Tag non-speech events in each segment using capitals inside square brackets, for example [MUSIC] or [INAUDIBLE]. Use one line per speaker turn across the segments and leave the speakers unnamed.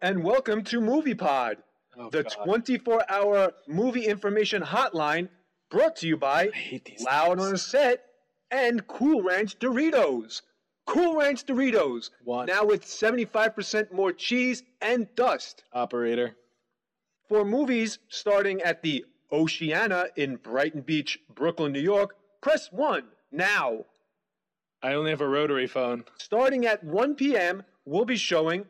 and welcome to Movie Pod,
Oh,
the
God.
24 hour movie information hotline brought to you by
I hate these.
Loud
things.
on Set and Cool Ranch Doritos. Cool Ranch Doritos,
One
now with 75% more cheese and dust.
operator.
For movies starting at the Oceana in Brighton Beach, Brooklyn, New York, press 1 now.
I only have a rotary phone.
Starting at 1 p.m., we'll be showing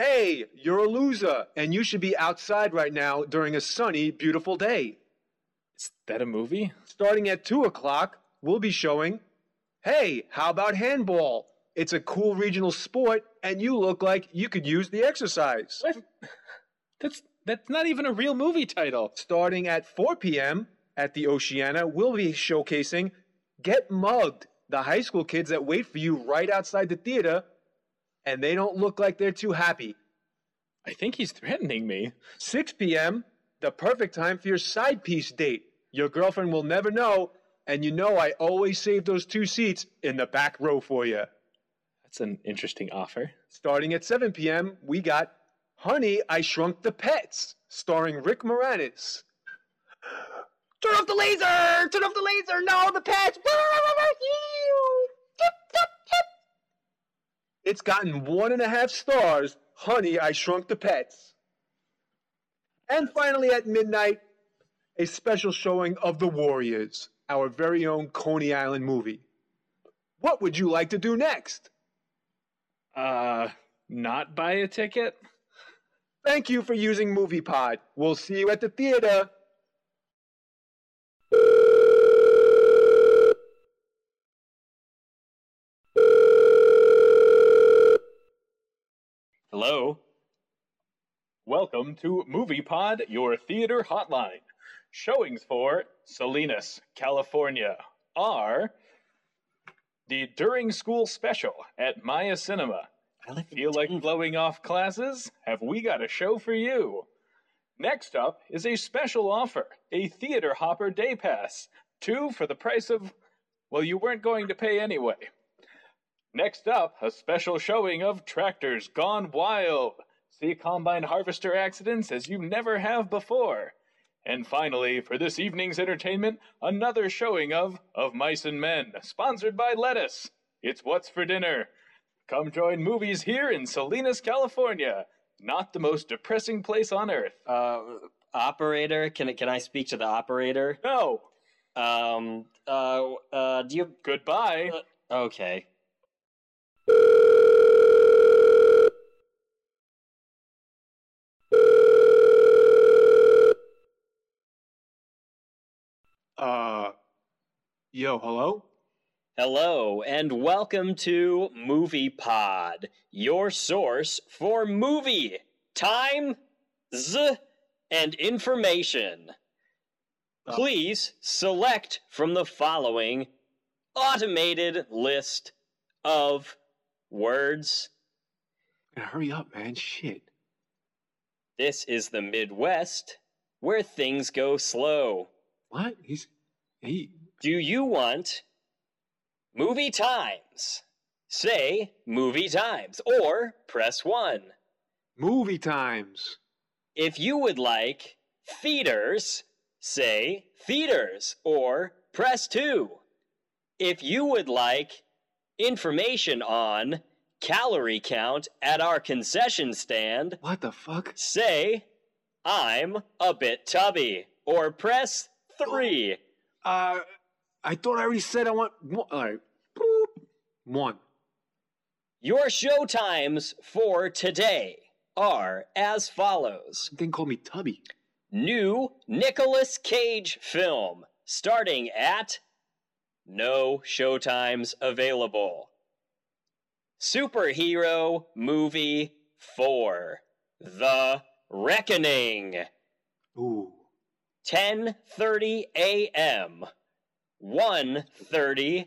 A, You're a Loser, and you should be outside right now during a sunny, beautiful day.
Is that a movie?
Starting at 2 o'clock, we'll be showing Hey, how about handball? It's a cool regional sport, and you look like you could use the exercise.
What? That's that's not even a real movie title.
starting at 4 p.m. at the Oceana, we'll be showcasing Get Mugged, the high school kids that wait for you right outside the theater, and they don't look like they're too happy.
I think he's threatening me.
6 p.m., the perfect time for your side piece date. Your girlfriend will never know, and you know I always save those two seats in the back row for you.
That's an interesting offer.
Starting at 7 p.m., we got Honey, I Shrunk the Pets, starring Rick Moranis. Turn off the laser! Turn off the laser! No, the pets! [LAUGHS] It's gotten one and a half stars. Honey, I Shrunk the Pets. And finally, at midnight, a special showing of The Warriors, our very own Coney Island movie. What would you like to do next?
Uh, not buy a ticket.
Thank you for using MoviePod. We'll see you at the theater.
Hello. Welcome to Movie Pod, your theater hotline. Showings for Salinas, California are the During School Special at Maya Cinema. Feel like blowing off classes? Have we got a show for you? Next up is a special offer a Theater Hopper Day Pass. Two for the price of, well, you weren't going to pay anyway. Next up, a special showing of Tractors Gone Wild. See combine harvester accidents as you never have before. And finally, for this evening's entertainment, another showing of Of Mice and Men, sponsored by Lettuce. It's what's for dinner. Come join movies here in Salinas, California. Not the most depressing place on earth.
Uh, operator, can I- can I speak to the operator?
No.
Um, uh, uh, do you?
Goodbye.
Okay.
Uh, yo, hello?
Hello and welcome to Movie Pod, your source for movie time, z, and information.
Uh.
Please select from the following automated list of words.
Yeah, hurry up, man. Shit.
This is the Midwest, where things go slow.
What? He's. He.
Do you want movie times? Say movie times or press one.
Movie times.
If you would like theaters, say theaters or press two. If you would like information on calorie count at our concession stand,
What the fuck?
say I'm a bit tubby or press three.
Uh, I thought I already said I want. One. All right. Boop. One.
Your show times for today are as follows.
Then call me Tubby.
New Nicolas Cage film starting at no showtimes available. Superhero movie 4 The Reckoning
Ooh.
10:30 a.m. 1:30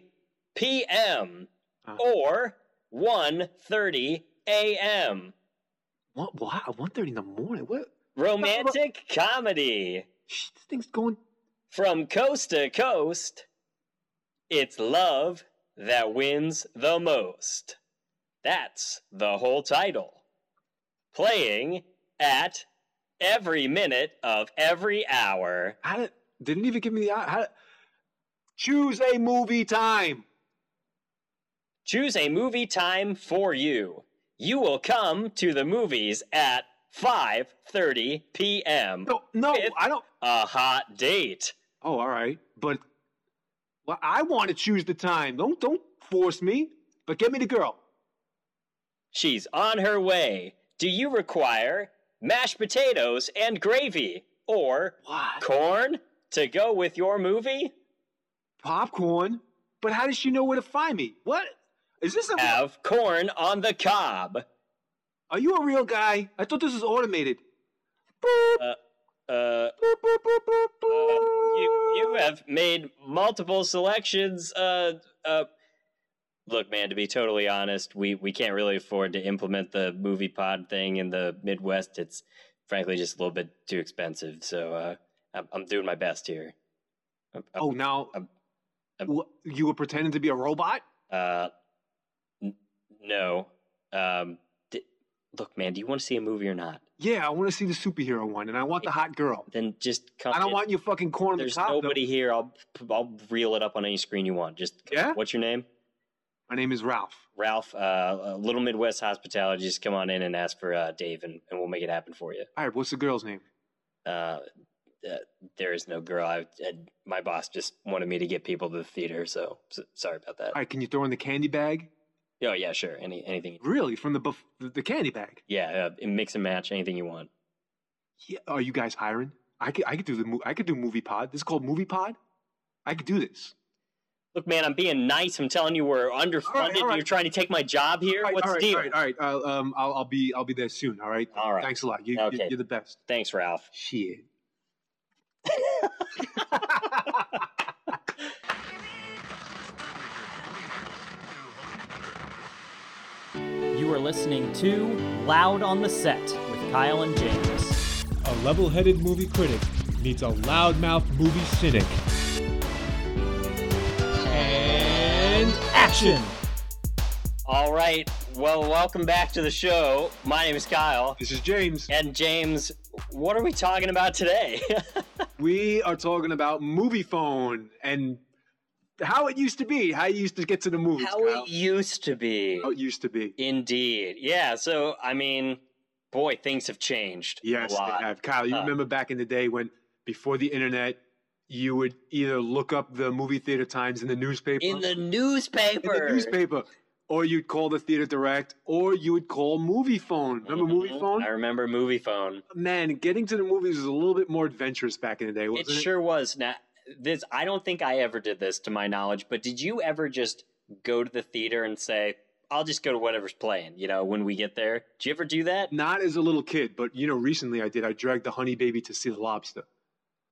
p.m.
Uh.
or 1:30 a.m.
What? Why? One thirty in the morning. What?
Romantic comedy.
Shh, this thing's going.
From coast to coast, it's love that wins the most. That's the whole title. playing at every minute of every hour.
How did, didn't even give me the how, choose a movie time.
Choose a movie time for you. You will come to the movies at 5:30 p.m.
No, no,
Fifth.
I don't.
A hot date.
Oh, all right, but well, I want to choose the time. Don't don't force me. But get me the girl.
She's on her way. Do you require mashed potatoes and gravy or
What?
corn to go with your movie?
Popcorn. But how does she know where to find me? What is this? A,
Have corn on the cob.
are you a real guy? I thought this was automated.
Uh,
Boop, boop, boop, boop, boop.
you you have made multiple selections. Uh, uh, look, man. To be totally honest, we we can't really afford to implement the movie pod thing in the Midwest. It's frankly just a little bit too expensive. So uh, I'm I'm doing my best here. I'm- I'm-
Oh, now
Um, um,
Wha- you were pretending to be a robot.
Uh, n- no. Um, d- look, man. Do you want to see a movie or not?
Yeah, I want to see the superhero one, and I want the hot girl.
Then just come.
I don't
in.
want your fucking corn on the
There's
top. though.
nobody here. I'll I'll reel it up on any screen you want. Just
Yeah?
What's your name?
My name is Ralph.
Ralph, uh, uh, Little Midwest Hospitality, just come on in and ask for uh, Dave, and, and we'll make it happen for you.
All right, what's the girl's name?
Uh, uh, there is no girl. I, uh my boss just wanted me to get people to the theater, so, so sorry about that.
All right, can you throw in the candy bag?
Oh yeah, sure. Any anything?
Really, from the buff- the the candy bag?
Yeah, uh, mix and match anything you want.
Yeah. Are you guys hiring? I could I could do the mo- I could do movie pod. This is called movie pod. I could do this.
Look, man, I'm being nice. I'm telling you, we're underfunded.
All right, all
and
right.
You're trying to take my job here.
all right,
What's
all
the
right,
deal?
all right, all right. Uh, um, I'll, I'll be I'll be there soon. All right.
All right.
Thanks a lot. You, you,
Okay.
you're the best.
Thanks, Ralph.
Shit.
You are listening to Loud on the Set with Kyle and James.
A level headed movie critic meets a loudmouth movie cynic.
And action!
All right. Well, welcome back to the show. My name is Kyle.
This is James.
And James, what are we talking about today? [LAUGHS]
We are talking about movie phone and how it used to be. How you used to get to the movies.
How
Kyle. Oh,
it used to be.
how it used to be.
Indeed. Yeah. So, I mean, boy, things have changed.
Yes,
A
they
lot.
have. Kyle, you
Uh,
remember back in the day when before the internet, you would either look up the movie theater times in the newspaper,
In the
in
newspaper.
the newspaper, or you'd call the theater direct, or you would call movie phone. Remember movie
Mhm.
phone?
I remember movie phone.
Man, getting to the movies was a little bit more adventurous back in the day, wasn't
it sure was. Now, this I don't think I ever did this to my knowledge, but did you ever just go to the theater and say, "I'll just go to whatever's playing," you know, when we get there? Did you ever do that?
Not as a little kid, but you know, recently I did. I dragged the honey baby to see the lobster.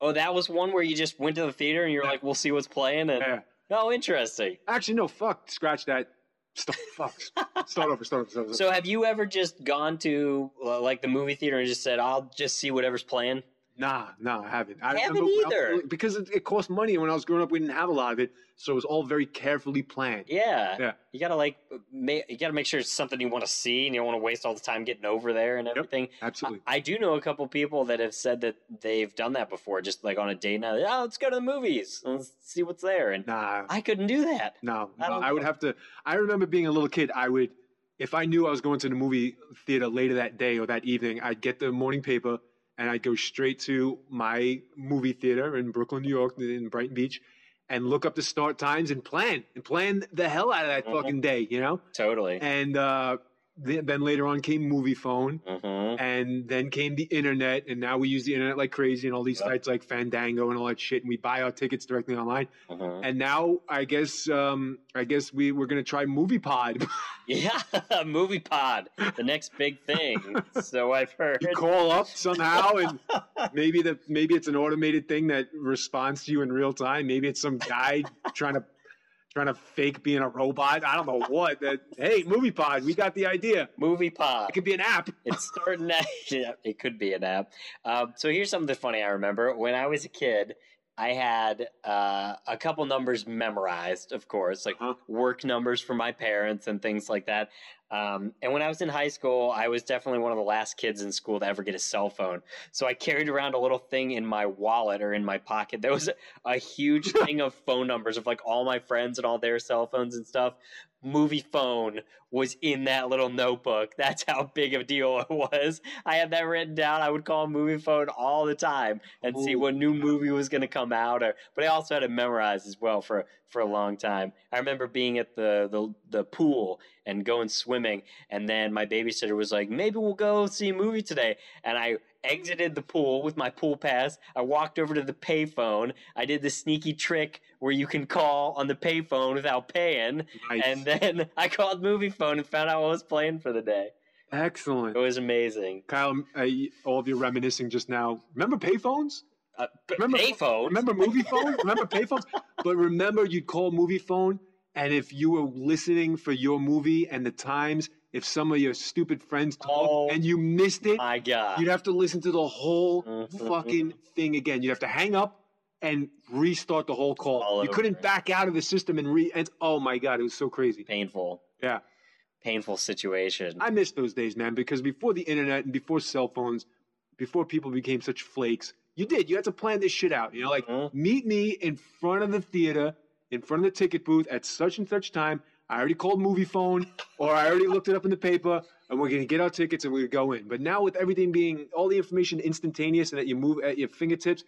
Oh, that was one where you just went to the theater and you're like, "We'll see what's playing." And
Yeah.
oh, interesting.
Actually, no, fuck, scratch that. Stop, fuck. start over, start over, start over.
So, have you ever just gone to uh, like the movie theater and just said, "I'll just see whatever's playing"?
Nah, nah, I haven't. I
Haven't
remember- I-
either.
because it, it cost money, and when I was growing up, we didn't have a lot of it, so it was all very carefully planned.
Yeah.
Yeah.
You gotta like, ma- you gotta make sure it's something you want to see, and you don't want to waste all the time getting over there and everything.
Absolutely.
I, I do know a couple people that have said that they've done that before, just like on a date night. Oh, let's go to the movies. Let's see what's there. And
Nah,
I couldn't do that.
no,
I
no.
don't
I would
know.
have to. I remember being a little kid. I would, if I knew I was going to the movie theater later that day or that evening, I'd get the morning paper and I'd go straight to my movie theater in Brooklyn, New York, in Brighton Beach, and look up the start times and plan and plan the hell out of that
Mhm.
fucking day, you know.
Totally.
And uh, th- then later on came movie phone.
hmm
and then came the internet, and now we use the internet like crazy, and all these
Yep.
sites like Fandango and all that shit, and we buy our tickets directly online.
hmm
And now I guess um, I guess we we're gonna try MoviePod. [LAUGHS]
Yeah. [LAUGHS] movie pod, the next big
[LAUGHS]
thing. so I've heard.
you call up somehow, and maybe the maybe it's an automated thing that responds to you in real time. Maybe it's some guy [LAUGHS] trying to trying to fake being a robot. I don't know what. That hey, MoviePod, we got the idea.
Movie pod.
It could be an app.
[LAUGHS] it's starting to, [LAUGHS] yeah, it could be an app. Um, so here's something funny I remember. When I was a kid, I had uh, a couple numbers memorized, of course, like
Uh-huh.
work numbers for my parents and things like that. Um, and when I was in high school, I was definitely one of the last kids in school to ever get a cell phone. So I carried around a little thing in my wallet or in my pocket. There was a huge thing of phone numbers of like all my friends and all their cell phones and stuff. Movie phone was in that little notebook. That's how big of a deal it was. I had that written down. I would call movie phone all the time and see
Ooh.
what new movie was going to come out. Or, but I also had it memorized as well for for a long time. I remember being at the the, the pool and going swimming. And then my babysitter was like, maybe we'll go see a movie today. And I exited the pool with my pool pass. I walked over to the payphone. I did the sneaky trick where you can call on the payphone without paying.
Nice.
And then [LAUGHS] I called movie phone and found out what was playing for the day.
Excellent.
It was amazing.
Kyle, I, all of you reminiscing just now. Remember payphones?
Uh, p-
Remember-
payphone?
Remember movie phone? Remember payphones? But remember, you'd call movie phone, and if you were listening for your movie and the times, if some of your stupid friends talked
Oh.
and you missed it,
my God.
you'd have to listen to the whole
Mhm.
fucking thing again. You'd have to hang up and restart the whole call.
All
you
over.
couldn't back out of the system and re. And, oh my god, it was so crazy.
Painful.
Yeah.
Painful situation.
I miss those days, man, because before the internet and before cell phones, before people became such flakes, you did. You had to plan this shit out. You know, like
Mhm.
meet me in front of the theater, in front of the ticket booth at such and such time. I already called movie phone, or I already looked it up in the paper, and we're gonna get our tickets and we're gonna go in. But now with everything being all the information instantaneous and that you move at your fingertips,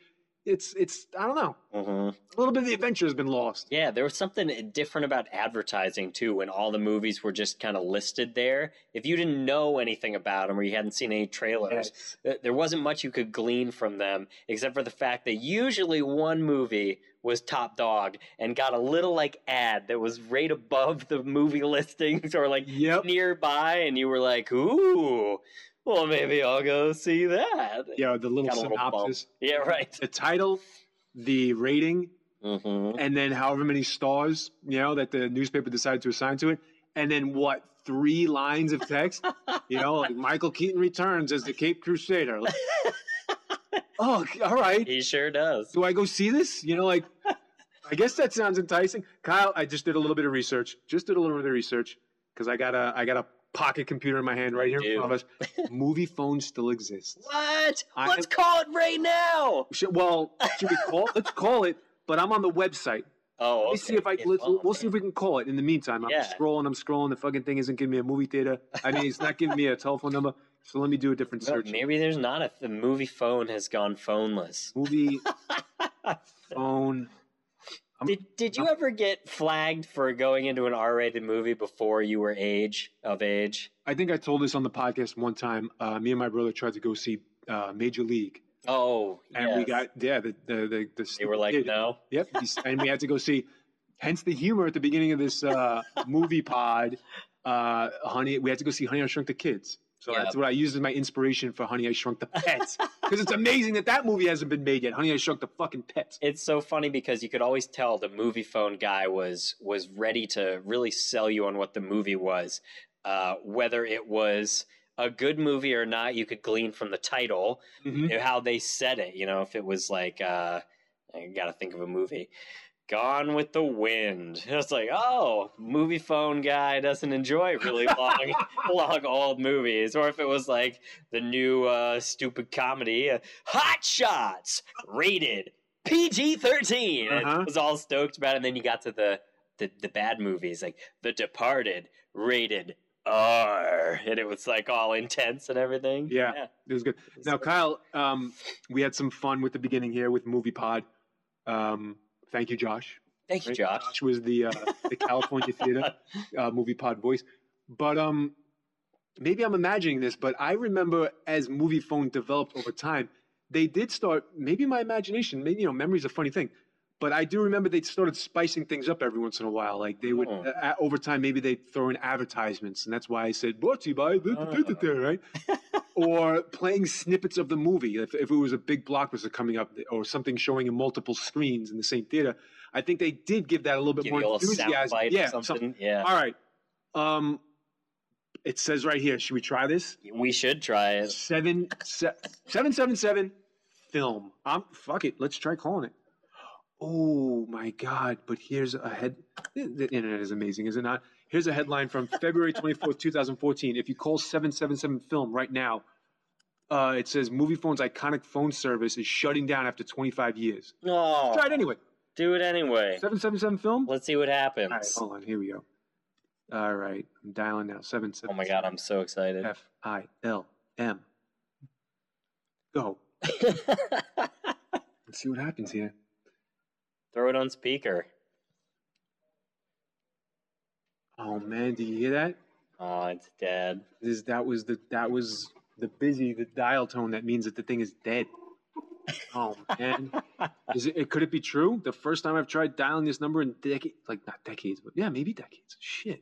it's it's I don't know.
Mhm.
A little bit of the adventure has been lost.
Yeah, there was something different about advertising too when all the movies were just kind of listed there. If you didn't know anything about them or you hadn't seen any trailers, th- there wasn't much you could glean from them except for the fact that usually one movie was top dog and got a little like ad that was right above the movie [LAUGHS] listings or like
Yep.
nearby and you were like, "Ooh, well maybe I'll go see that."
Yeah, the little
Got a little bump.
synopsis.
Yeah, right.
the title, the rating,
Mhm.
and then however many stars you know that the newspaper decided to assign to it, and then what three lines of text? you know, like Michael Keaton returns as the Cape Crusader. Like, oh, all right.
He sure does.
Do I go see this? You know, like I guess that sounds enticing. Kyle, I just did a little bit of research. Just did a little bit of research because I got a I got a pocket computer in my hand right here in
Dude.
front of us. Movie phone still exists.
What?
I-
Let's call it right now.
Should, well, should we call? let's call it. But I'm on the website.
Oh,
Let me
okay.
see if I
It's
can. Let's,
on
we'll see
there.
if we can call it. In the meantime, I'm
Yeah.
scrolling. I'm scrolling. The fucking thing isn't giving me a movie theater. I mean, it's not giving
[LAUGHS]
me a telephone number. So let me do a different
Well,
search.
maybe there's not a the movie phone has gone phoneless. [LAUGHS]
Movie phone. I'm-
Did Did you ever get flagged for going into an R-rated movie before you were age of age?
I think I told this on the podcast one time. Uh, me and my brother tried to go see uh, Major League,
Oh,
and we
yes.
got yeah. The the the, the
They were like,
kid.
no.
Yep, he's- and we had to go see. Hence the humor at the beginning of this uh, movie pod. Uh, honey, we had to go see Honey I Shrunk the Kids. So
Yeah.
that's what I used as my inspiration for Honey I Shrunk the Pets because it's amazing that that movie hasn't been made yet. Honey I Shrunk the fucking Pets.
It's so funny because you could always tell the movie phone guy was was ready to really sell you on what the movie was, uh, whether it was a good movie or not. You could glean from the title,
Mhm.
knew how they said it. You know, if it was like, uh, I gotta think of a movie. Gone with the Wind. [LAUGHS] It's like, oh, movie phone guy doesn't enjoy really
[LAUGHS]
long, long old movies. Or if it was like the new uh, stupid comedy, uh, Hot Shots, rated PG 13.
Uh-huh.
I was all stoked about it. And then you got to the, the, the bad movies, like The Departed, rated R. And it was like all intense and everything.
Yeah. It was good. Now, Kyle, um, we had some fun with the beginning here with Movie Pod. Um, thank you, Josh.
Thank you,
right?
Josh.
Josh was the uh, the California
[LAUGHS]
Theater uh, movie pod voice. But um, maybe I'm imagining this, but I remember as movie phone developed over time, they did start. Maybe my imagination, maybe you know, memory's a funny thing. But I do remember they started spicing things up every once in a while. Like they would,
Oh.
uh, uh, over time, maybe they'd throw in advertisements. And that's why I said, brought to you by, da-
Ah.
da- da- da- da," right? or playing snippets of the movie. If, if it was a big blockbuster coming up or something showing in multiple screens in the same theater, I think they did give that a little bit
Give
more
you a little sound
enthusiasm.
bite
Yeah,
or something.
something.
Yeah,
All right. Um, it says right here. Should we try this?
we should try it.
Seven, se- seven, seven, seven. Film. Um, fuck it. Let's try calling it. Oh my god! But here's a head. The the internet is amazing, is it not? Here's a headline from February 24th, 2014. If you call 777 Film right now, uh, it says Movie Phone's iconic phone service is shutting down after 25 years.
No.
Try it anyway.
Do it anyway.
777 Film? All
Let's see what
right,
happens.
hold on. Here we go. All right. I'm dialing now. 777.
Oh my god, I'm so excited.
F I L M. Go. Let's see what happens here.
[LAUGHS] Throw it on speaker.
Oh man, do you hear that?
Oh, it's dead.
This that was the that was the busy the dial tone that means that the thing is dead. Oh man, is it, it? Could it be true? The first time I've tried dialing this number in decades, like not decades, but yeah, maybe decades. Shit.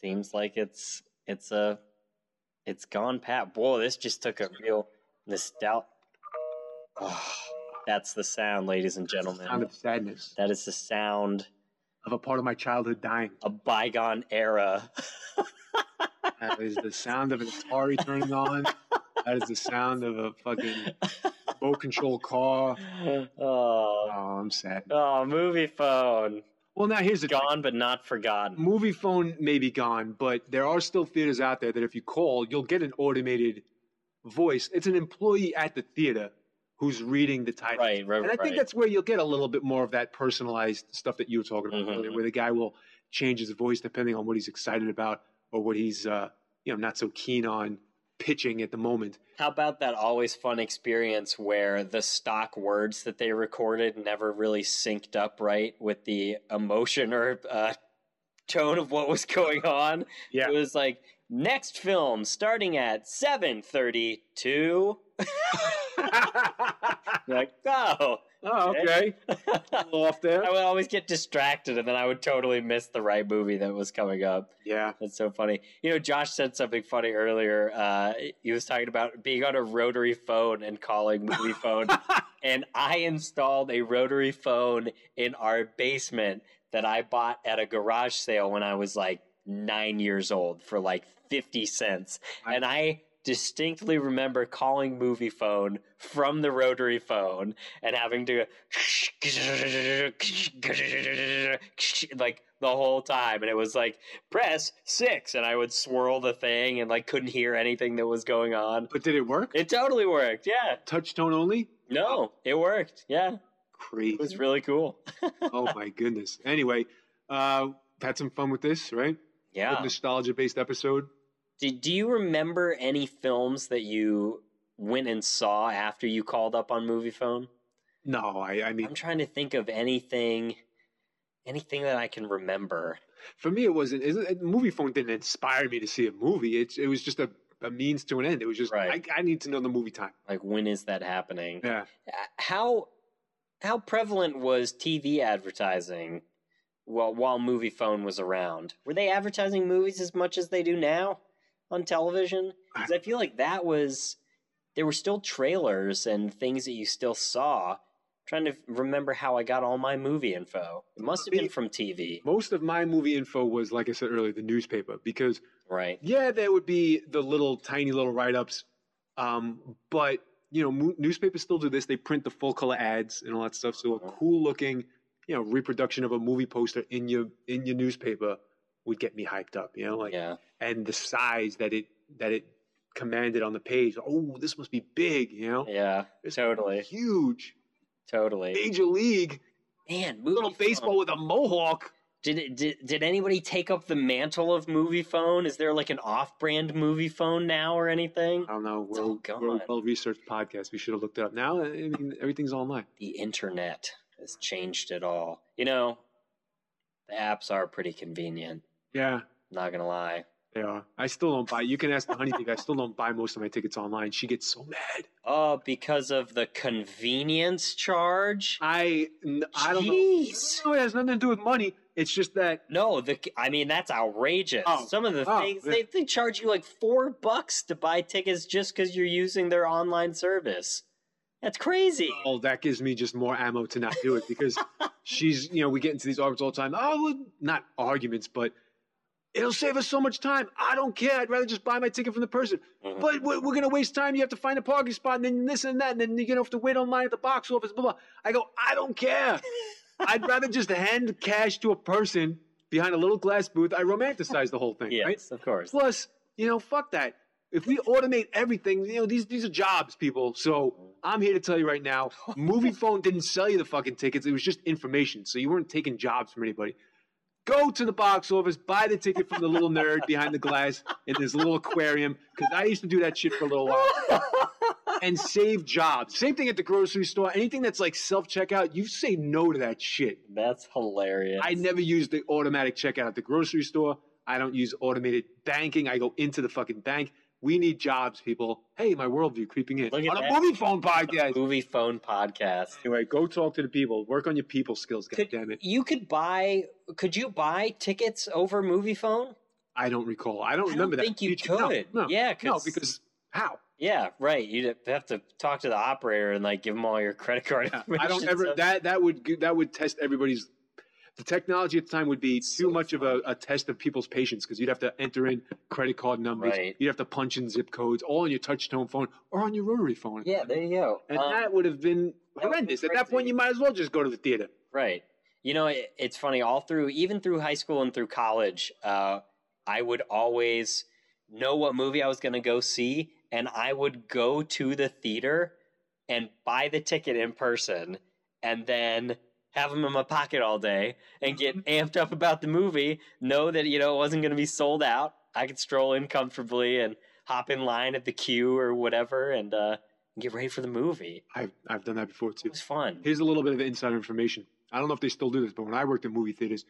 Seems like it's it's a it's gone pat. Whoa, this just took a real nostalgia. [SIGHS] that's the sound, ladies and gentlemen.
Sound of sadness
That is the sound
of a part of my childhood dying.
a bygone era. [LAUGHS]
That is the sound of an Atari turning on. That is the sound of a fucking remote control car. Oh,
oh,
I'm sad.
oh, movie phone.
Well, now here's the thing.
Gone but not forgotten.
movie phone may be gone, but there are still theaters out there that if you call, you'll get an automated voice. It's an employee at the theater who's reading the title.
Right, right,
And I
right.
think that's where you'll get a little bit more of that personalized stuff that you were talking about,
Mhm.
earlier, where the guy will change his voice depending on what he's excited about or what he's, uh, you know, not so keen on pitching at the moment. [LAUGHS]
How about that always fun experience where the stock words that they recorded never really synced up right with the emotion or uh, tone of what was going on?
Yeah.
It was like next film starting at seven thirty-two. like oh, [LAUGHS]
oh, okay.
[LAUGHS] Okay.
a little off there.
I would always get distracted, and then I would totally miss the right movie that was coming up.
Yeah.
That's so funny. You know, Josh said something funny earlier. Uh, he was talking about being on a rotary phone and calling movie phone. and I installed a rotary phone in our basement that I bought at a garage sale when I was like nine years old for like 50 cents.
I-
And I distinctly remember calling movie phone from the rotary phone and having to like the whole time and it was like press six and i would swirl the thing and like couldn't hear anything that was going on
But did it work?
it totally worked yeah
Touch tone only?
no it worked yeah
Crazy.
it was really cool
oh my goodness. Anyway, uh, had some fun with this, right?
yeah
Nostalgia based episode.
do, do you remember any films that you went and saw after you called up on movie phone
No, I, I mean,
i'm trying to think of anything anything that i can remember
for me, it wasn't. Isn't it- movie phone didn't inspire me to see a movie. It it was just a, a means to an end. It was just
Right.
I, I need to know the movie time.
like when is that happening
Yeah,
how how prevalent was TV advertising while while movie phone was around? Were they advertising movies as much as they do now on television? 'Cause I feel like that was there were still trailers and things that you still saw. trying to remember how I got all my movie info. It must have been from TV,
most of my movie info was like I said earlier, the newspaper. Because
right?
yeah, there would be the little tiny little write ups, um, but you know, mo- newspapers still do this. They print the full color ads and all that stuff. So a
Mhm.
cool looking, you know, reproduction of a movie poster in your in your newspaper would get me hyped up. You know, like
yeah.
and the size that it that it commanded on the page. Oh, this must be big, you know?
Yeah,
It's
totally,
Huge.
totally.
Major league.
Man, movie
Little baseball
phone.
with a mohawk.
Did, it, did did anybody take up the mantle of movie phone? Is there like an off-brand movie phone now or anything?
I don't know. We're,
all
we're
gone.
a well researched podcast. We should have looked it up. Now I mean, everything's online.
The internet has changed it all. You know, the apps are pretty convenient.
Yeah,
Not gonna lie.
they are. I still don't buy you can ask the honeybee, I still don't buy most of my tickets online. She gets so mad.
Oh, because of the convenience charge.
I n- I don't
Jeez.
know. No, it has nothing to do with money. It's just that
No, the I mean that's outrageous.
Oh,
Some of the
oh,
things
yeah.
they, they charge you like four bucks to buy tickets just because you're using their online service. That's crazy.
well, that gives me just more ammo to not do it because she's, you know, we get into these arguments all the time. Oh, well, not arguments, but it'll save us so much time. I don't care. I'd rather just buy my ticket from the person.
Mhm.
But we're, we're going to waste time. You have to find a parking spot and then this and that. And then you're going to have to wait online at the box office, blah, blah. I go, I don't care. I'd rather just hand cash to a person behind a little glass booth. I romanticize the whole thing,
Yes,
right?
of course.
Plus, you know, fuck that. If we automate everything, you know, these these are jobs, people. So I'm here to tell you right now, movie phone didn't sell you the fucking tickets. It was just information. So you weren't taking jobs from anybody. Go to the box office, buy the ticket from the little nerd behind the glass in this little aquarium. Because I used to do that shit for a little while and save jobs. Same thing at the grocery store. Anything that's like self checkout, you say no to that shit.
That's hilarious.
I never use the automatic checkout at the grocery store. I don't use automated banking. I go into the fucking bank. We need jobs, people. Hey, my worldview creeping in
Look at
on a
that.
movie phone podcast.
Movie phone podcast.
[LAUGHS] Anyway, go talk to the people. Work on your people skills. God
Could-
damn it!
You could buy. Could you buy tickets over movie phone?
I don't recall. I don't
I
remember
don't
that.
think you
feature. No,
could.
No,
Yeah,
no,
'cause-
because how?
Yeah, right. You'd have to talk to the operator and like give them all your [LAUGHS] credit card.
I don't
information,
ever.
so-
That that would g- that would test everybody's. The technology at the time would be too much of a, a test of people's patience because you'd have to enter in credit card numbers,
Right.
you'd have to punch in zip codes, all on your touch tone phone or on your rotary phone.
Yeah, there you go.
And
Um,
that would have been
that would
horrendous.
be
At that point,
crazy.
you might as well just go to the theater.
Right. You know, it, it's funny. All through, even through high school and through college, uh, I would always know what movie I was going to go see, and I would go to the theater and buy the ticket in person, and then have them in my pocket all day and get amped up about the movie. Know that you know it wasn't going to be sold out. I could stroll in comfortably and hop in line at the queue or whatever, and uh, get ready for the movie.
I've, I've done that before
It
too.
was fun.
Here's a little bit of insider information. I don't know if they still do this, but when I worked in movie theaters,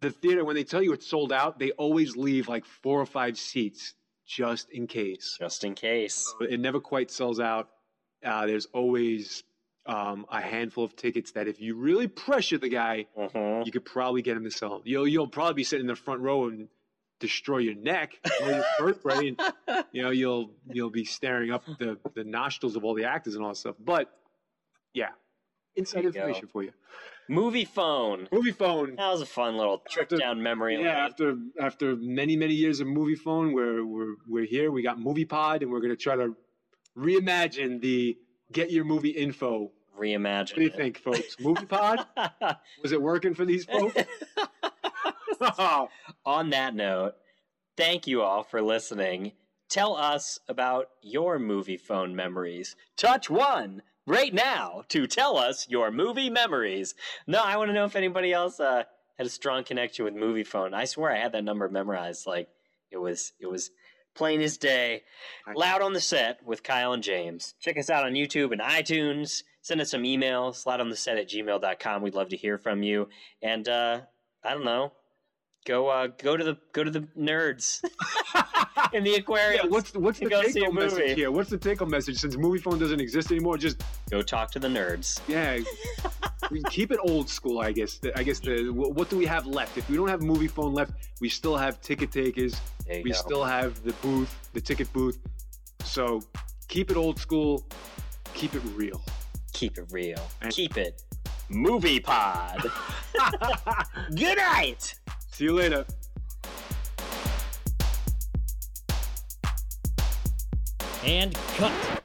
the theater, when they tell you it's sold out, they always leave like four or five seats just in case.
Just in case.
But it never quite sells out. Uh, there's always um, a handful of tickets that if you really pressure the guy,
Mhm.
you could probably get him to sell. 'em. You'll you'll probably be sitting in the front row and destroy your neck or your vertebrae, and you know you'll you'll be staring up the the nostrils of all the actors and all that stuff. But yeah, inside
There you go.
information for you.
Movie phone.
Movie phone.
That was a fun little trip
After-
down memory lane.
Yeah, after after many many years of movie phone, we're we're we're here. We got Movie Pod, and we're gonna try to reimagine the get your movie info.
Reimagine.
What do you think,
[LAUGHS]
folks? Movie Pod was it working for these folks? [LAUGHS] Oh
On that note, thank you all for listening. Tell us about your movie phone memories. Touch one right now to tell us your movie memories. No, I want to know if anybody else uh, had a strong connection with movie phone. I swear I had that number memorized. Like it was, it was plain as day.
I-
Loud on the set with Kyle and James. Check us out on YouTube and iTunes. Send us some emails, loudontheset at gmail.com. We'd love to hear from you. And uh, I don't know. Go uh, go to the go to the nerds [LAUGHS] in the aquarium.
Yeah, what's what's
to
the
go
take
see a
home message
movie.
here? What's the take home message since movie phone doesn't exist anymore? Just
Go talk to the nerds.
yeah,
[LAUGHS]
we keep it old school. I guess. The- I guess the wh- what do we have left? If we don't have movie phone left, we still have ticket takers.
There you
We
go.
still have the booth, the ticket booth. So keep it old school. Keep it real.
Keep it real.
And-
Keep it
[LAUGHS]
movie pod. Good night.
See you later.
And cut.